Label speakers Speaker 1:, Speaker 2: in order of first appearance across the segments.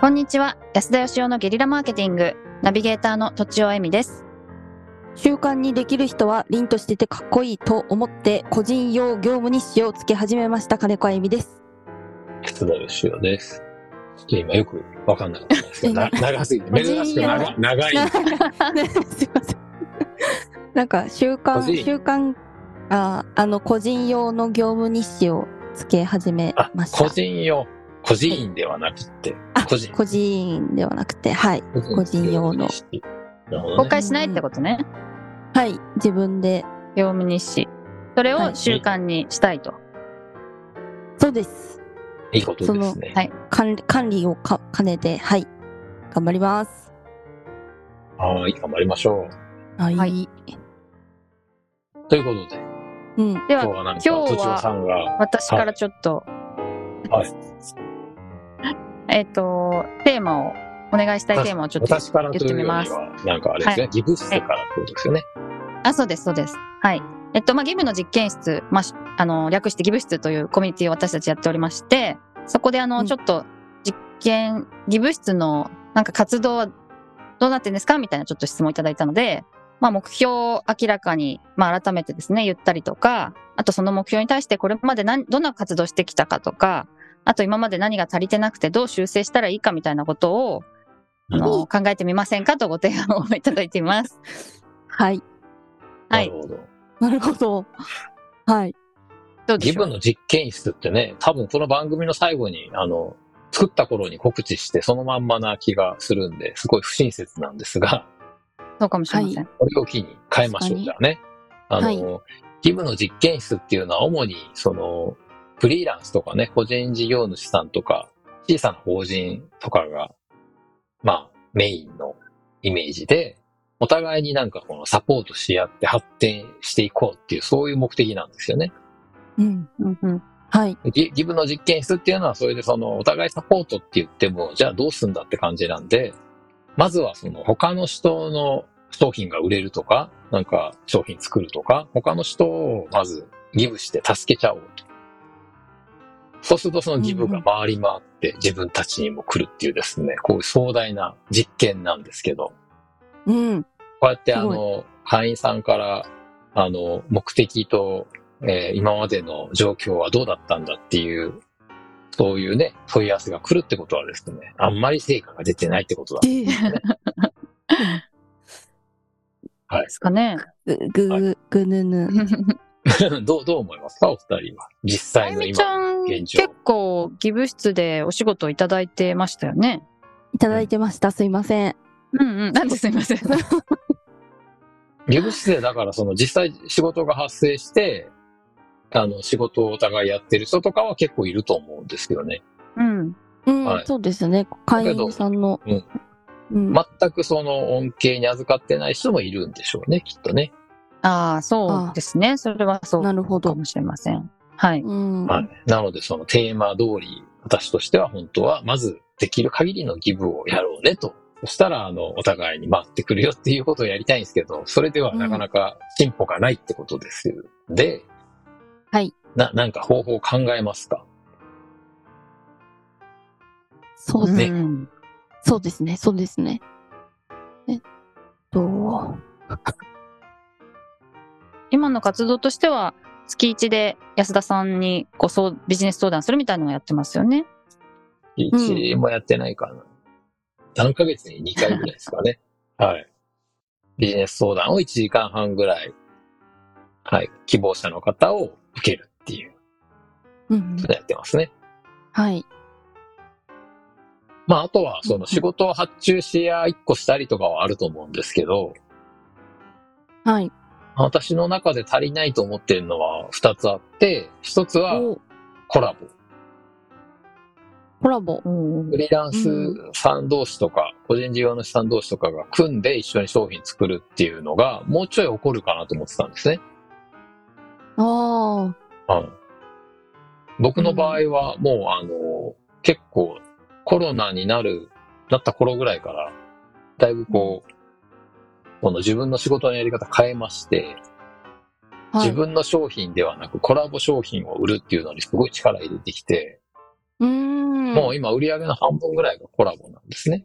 Speaker 1: こんにちは。安田義雄のゲリラマーケティング、ナビゲーターの土地尾恵美です。
Speaker 2: 習慣にできる人は凛としててかっこいいと思って個人用業務日誌をつけ始めました金子あゆみです。
Speaker 3: 楠田義雄です。ちょっと今よくわかんなかったんですけど、な長すぎて、珍しく長い長い。
Speaker 2: ねすいません。なんか習
Speaker 3: 個
Speaker 2: 慣
Speaker 3: 人
Speaker 2: 習慣ああの個人用の業務日誌をつけ始め
Speaker 3: あ
Speaker 2: まし、た。
Speaker 3: 個人用。個人員ではなくて
Speaker 2: あ、
Speaker 3: 個人。
Speaker 2: 個人ではなくてはい個人用の。
Speaker 3: なるほど
Speaker 1: 公
Speaker 3: ね。
Speaker 1: 開しないってことね。
Speaker 2: はい自分で
Speaker 1: 業務日誌。それ
Speaker 2: は
Speaker 1: を
Speaker 2: い
Speaker 1: 習慣にしたいと。
Speaker 2: そうです
Speaker 3: いいことですね
Speaker 1: その。はい
Speaker 2: 管理管理をか兼ねてはい頑張ります。
Speaker 3: はい、頑張りましょ
Speaker 2: はい、
Speaker 1: はい
Speaker 3: う。ということで、
Speaker 2: うん
Speaker 1: で
Speaker 3: 今日
Speaker 1: は、
Speaker 3: はなんか、
Speaker 1: 今日は
Speaker 3: 土地さんが、
Speaker 1: 私からちょっと、
Speaker 3: はい
Speaker 1: えっ、と、テーマを、お願いしたいテーマをちょっと。
Speaker 3: 私からというより
Speaker 1: 言って
Speaker 3: は、なんかあれですね、ギブ室からってことですよね。
Speaker 1: あ、そうです、そうです。はい。えっと、まあ、ギブの実験室、まあし、あの、略してギブ室というコミュニティを私たちやっておりまして、そこであの、
Speaker 2: うん
Speaker 1: ちょっと実験、ギブ室のなんか活動はどうなってんですかみたいなちょっと質問をいただいたので、まあ、目標を明らかに、まあ、改めてですね、言ったりとか、あとその目標に対してこれまで何、どんな活動してきたかとか、あと今まで何が足りてなくてどう修正したらいいかみたいなことを、あの、考えてみませんかとご提案をいただいています。
Speaker 2: はい
Speaker 1: は
Speaker 3: ないる。ほど。
Speaker 2: なるほどはい
Speaker 1: どうで
Speaker 3: ギ
Speaker 1: しょ
Speaker 3: ブ
Speaker 1: う
Speaker 3: の実験室ってね、多分この番組の最後に、あの、作った頃に告知してそのまんまな気がするんで、すごい不親切なんですが、
Speaker 1: そうかもしれません。
Speaker 2: は
Speaker 3: これを機に変えましょう、
Speaker 2: 確
Speaker 3: じ
Speaker 2: か
Speaker 3: ゃあね。あの、
Speaker 2: はい
Speaker 3: ギブの実験室っていうのは主に、その、フリーランスとかね、個人事業主さんとか、小さな法人とかが、まあ、メインのイメージで、お互いになんかこのサポートし合って発展していこうっていう、そういう目的なんですよね。
Speaker 2: うん
Speaker 1: うんうん
Speaker 2: はい
Speaker 3: ギギブの実験室っていうのは、それでその、お互いサポートって言っても、じゃあどうすんだって感じなんで、まずはその、他の人の商品が売れるとか、なんか商品作るとか、他の人をまずギブして助けちゃおうと。そうするとそのギブが回り回って自分たちにも来るっていうですね、こういう壮大な実験なんですけど、
Speaker 2: うん
Speaker 3: こうやってあ
Speaker 2: すごい
Speaker 3: の、会員さんから、あの、目的と、えー今までの状況はどうだったんだっていう、そういうね、問い合わせが来るってことはですね、あんまり成果が出てないってことだ。
Speaker 2: で
Speaker 1: ですかね。
Speaker 2: ぐぐ、
Speaker 3: は
Speaker 2: ぐぬぬ。
Speaker 3: どう、どう思いますかお二人は。実
Speaker 1: あ
Speaker 3: 際
Speaker 1: ゆ
Speaker 3: の
Speaker 1: みち
Speaker 3: 今。
Speaker 1: ゃん、
Speaker 3: 現状
Speaker 1: 結構、ギブ室でお仕事をいただいてましたよね。
Speaker 2: いただいてました。すいません。
Speaker 1: うんうん。なんですいません。
Speaker 3: ギブ姿勢だから、その実際仕事が発生して、あの、仕事をお互いやってる人とかは結構いると思うんですけどね。
Speaker 1: うん。
Speaker 2: うん、
Speaker 3: はい
Speaker 2: そうですね。会員さんの。
Speaker 3: だけど
Speaker 2: うん
Speaker 3: 全くその恩恵に預かってない人もいるんでしょうね、きっとね。
Speaker 1: ああ、そうですね。それはそう
Speaker 2: なるほ
Speaker 1: か
Speaker 2: ど。
Speaker 1: もしれません。はい。
Speaker 2: うん。
Speaker 3: はい。なので、そのテーマ通り、私としては本当は、まずできる限りのギブをやろうねと。そしたら、あの、お互いに回ってくるよっていうことをやりたいんですけど、それではなかなか進歩がないってことですよ。で、
Speaker 2: はい。
Speaker 3: な、なんか方法を考えますか
Speaker 2: そうですね。
Speaker 3: ね
Speaker 1: ん
Speaker 2: そうですね。そうですね。えっと、
Speaker 1: 今の活動としては、月1で安田さんにご相ビジネス相談するみたいなのをやってますよね。
Speaker 3: 一もやってないかな。3ヶ月に2回ぐらいです かね。はい。ビジネス相談を1時間半ぐらい、はい、希望者の方を受けるっていう
Speaker 2: うん
Speaker 3: ことやってますね。
Speaker 2: はい。
Speaker 3: まあ、あとは、その仕事を発注しや一個したりとかはあると思うんですけど、
Speaker 2: はい。
Speaker 3: 私の中で足りないと思ってるのは二つあって、一つは
Speaker 2: お
Speaker 3: コラボ。
Speaker 2: コラボ。
Speaker 1: うん
Speaker 3: フリーランスさん同士とか、個人事業主さん同士とかが組んで一緒に商品作るっていうのが、もうちょい起こるかなと思ってたんですね。
Speaker 2: ああ。
Speaker 3: うん僕の場合は、もう、あの、結構、コロナになる、なった頃ぐらいから、だいぶこう、この自分の仕事のやり方変えまして、
Speaker 2: はい、
Speaker 3: 自分の商品ではなくコラボ商品を売るっていうのにすごい力入れてきて、
Speaker 2: うーん。
Speaker 3: もう今売り上げの半分ぐらいがコラボなんですね。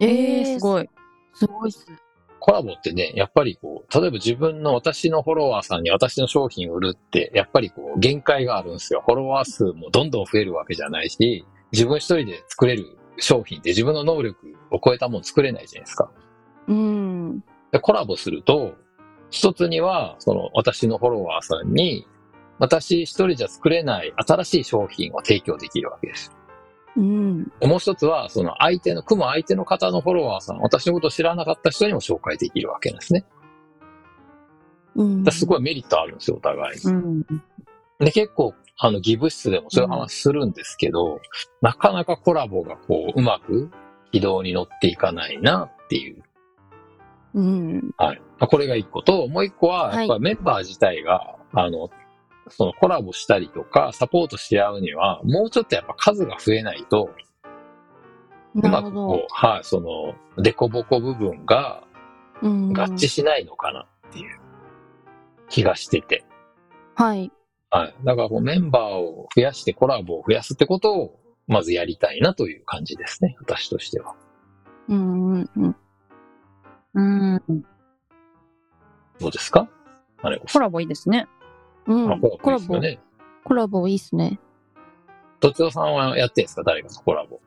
Speaker 2: え
Speaker 4: え
Speaker 2: ー
Speaker 4: ー、すごい。
Speaker 2: すごいっす。
Speaker 3: コラボってね、やっぱりこう、例えば自分の私のフォロワーさんに私の商品を売るって、やっぱりこう、限界があるんですよ。フォロワー数もどんどん増えるわけじゃないし、自分一人で作れる商品って自分の能力を超えたもの作れないじゃないですか。
Speaker 2: うん。
Speaker 3: でコラボすると、一つには、その私のフォロワーさんに、私一人じゃ作れない新しい商品を提供できるわけです。
Speaker 2: うん。
Speaker 3: もう一つは、その相手の、組む相手の方のフォロワーさん、私のことを知らなかった人にも紹介できるわけなんですね。
Speaker 2: うん
Speaker 3: だからすごいメリットあるんですよ、お互いに。
Speaker 1: うん。
Speaker 3: で、結構、あの、ギブ室でもそういう話するんですけど、なかなかコラボがこう、うまく軌道に乗っていかないなっていう。
Speaker 2: うん。
Speaker 3: はい。まあこれが一個と、もう一個は、
Speaker 2: は
Speaker 3: や
Speaker 2: い
Speaker 3: っぱメンバー自体が、あの、そのコラボしたりとか、サポートし合うには、もうちょっとやっぱ数が増えないと、う
Speaker 2: な
Speaker 3: ま
Speaker 2: るほ
Speaker 3: く
Speaker 2: ど
Speaker 3: こ。う、はい、その、デコボコ部分が
Speaker 2: うん。
Speaker 3: 合致しないのかなっていう気がしてて。
Speaker 2: はい。
Speaker 3: はい。だからこうメンバーを増やしてコラボを増やすってことを、まずやりたいなという感じですね。私としては。
Speaker 2: うんうんうん。
Speaker 1: うん。
Speaker 3: どうですかあれ、
Speaker 1: コラボいいですね。
Speaker 2: う
Speaker 3: あ
Speaker 2: ん。
Speaker 3: コラボですよね。
Speaker 2: コラボいいっすね。
Speaker 3: とつよさんはやってんですか誰かとコラボ。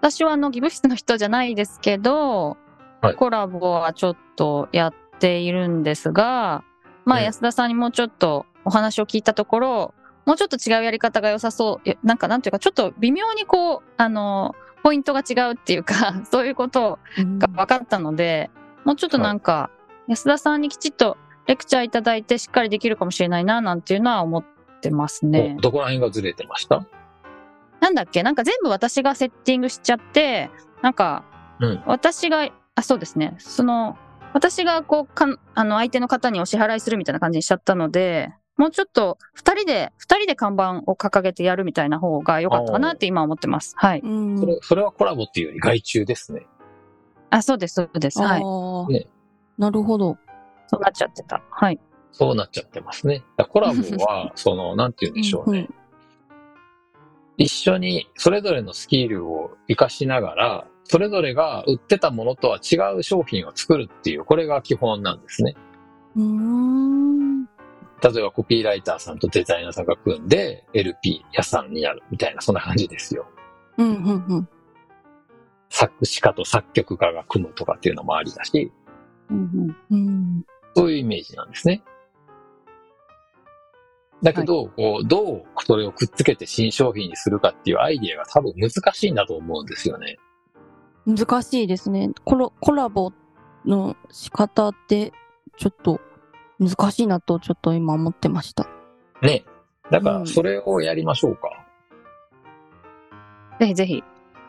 Speaker 1: 私はあの、ギブ室の人じゃないですけど、
Speaker 3: はい
Speaker 1: コラボはちょっとやっているんですが、まあ、
Speaker 3: うん
Speaker 1: 安田さんにもうちょっとお話を聞いたところ、もうちょっと違うやり方が良さそういや、なんかなんていうか、ちょっと微妙にこう、あの、ポイントが違うっていうか、 そういうこと
Speaker 2: うん
Speaker 1: が分かったので、もうちょっとなんか、安田さんにきちっとレクチャーいただいて、しっかりできるかもしれないな、なんていうのは思ってますね。
Speaker 3: おどこら辺がずれてました
Speaker 1: なんだっけなんか全部私がセッティングしちゃって、なんか
Speaker 3: うん、
Speaker 1: 私が、あ、そうですね。その、私がこう、かん、あの、相手の方にお支払いするみたいな感じにしちゃったので、もうちょっと、二人で、二人で看板を掲げてやるみたいな方が良かったかなって今思ってます。はい。
Speaker 2: うん。
Speaker 3: それそれはコラボっていうより外注ですね。
Speaker 1: あ、そうです、そうです。はい。
Speaker 2: ああ、
Speaker 3: ね
Speaker 2: なるほど。
Speaker 1: そうなっちゃってた。はい。
Speaker 3: そうなっちゃってますね。だからコラボ は、その、なんて言うんでしょうね。
Speaker 2: うんうん
Speaker 3: 一緒に、それぞれのスキルを活かしながら、それぞれが売ってたものとは違う商品を作るっていう、これが基本なんですね。
Speaker 2: うーん。
Speaker 3: 例えばコピーライターさんとデザイナーさんが組んで、LP 屋さんになるみたいな、そんな感じですよ。
Speaker 2: うん、うん、うん。
Speaker 3: 作詞家と作曲家が組むとかっていうのもありだし、
Speaker 1: うん
Speaker 2: うん。
Speaker 3: そういうイメージなんですね。だけど、こうどうそれをくっつけて新商品にするかっていうアイデアが多分難しいんだと思うんですよね。
Speaker 2: 難しいですね。コラコラボの仕方って、ちょっと難しいなと、ちょっと今思ってました。
Speaker 3: ね。だか
Speaker 2: う
Speaker 3: ら、
Speaker 2: ん
Speaker 3: それをやりましょうか。
Speaker 1: ぜひぜひ。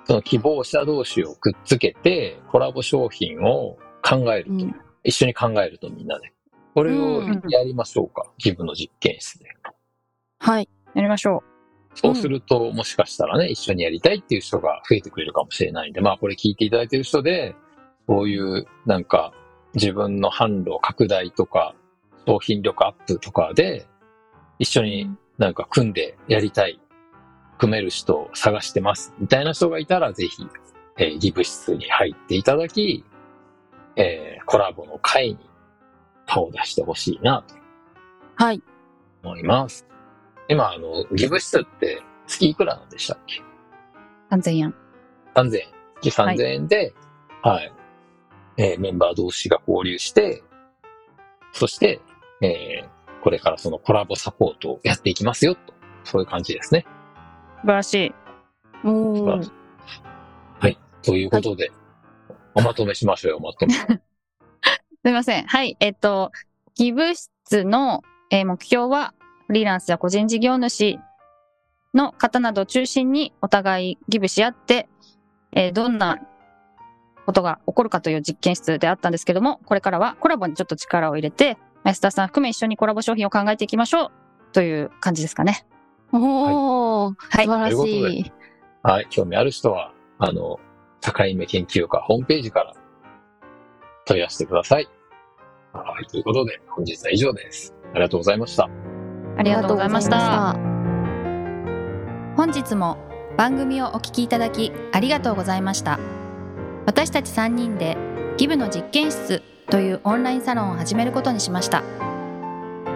Speaker 3: その希望者同士をくっつけて、コラボ商品を考えると。
Speaker 2: うん
Speaker 3: 一緒に考えるとみんなで。これを
Speaker 2: うん
Speaker 3: やりましょうか。自分の実験室で。
Speaker 2: はい。
Speaker 1: やりましょ
Speaker 3: そうすると、もしかしたらね、一緒にやりたいっていう人が増えてくれるかもしれないんで、まあこれ聞いていただいてる人で、そういうなんか自分の販路拡大とか、商品力アップとかで、一緒になんか組んでやりたい、組める人を探してます、みたいな人がいたら、ぜひ、えーギブ室に入っていただき、えーコラボの会に顔を出してほしいな、と
Speaker 2: はい。
Speaker 3: 思います。今、あの、ギブ室って月いくらなんでしたっけ
Speaker 1: う。3000円。
Speaker 3: 3000円。月
Speaker 1: はい
Speaker 3: 3000円で、はい、えーメンバー同士が交流して、そして、えーこれからそのコラボサポートをやっていきますよ、と。そういう感じですね。
Speaker 1: 素晴らしい。
Speaker 2: お
Speaker 3: 素晴ら
Speaker 2: ー
Speaker 3: しいはい。ということで、おまとめしましょうよ、おまとめ。
Speaker 1: すみません。はい。えっと、ギブ室の、えー目標は、フリーランスや個人事業主の方などを中心にお互いギブし合って、えーどんなことが起こるかという実験室であったんですけども、これからはコラボにちょっと力を入れて、安田さん含め一緒にコラボ商品を考えていきましょうという感じですかね。
Speaker 2: おー、
Speaker 1: はい
Speaker 2: 素晴らし
Speaker 3: ということ
Speaker 2: い。
Speaker 3: はい。興味ある人は、あの、境目研究家ホームページから問い合わせてください。はい。ということで、本日は以上です。ありがとうございました。
Speaker 1: あ
Speaker 2: あ
Speaker 1: りがとうございました。
Speaker 2: りがとうございまし
Speaker 1: 本日も
Speaker 5: 番組をお聞きいただきありがとうございました私たち3人でギブの実験室というオンラインサロンを始めることにしました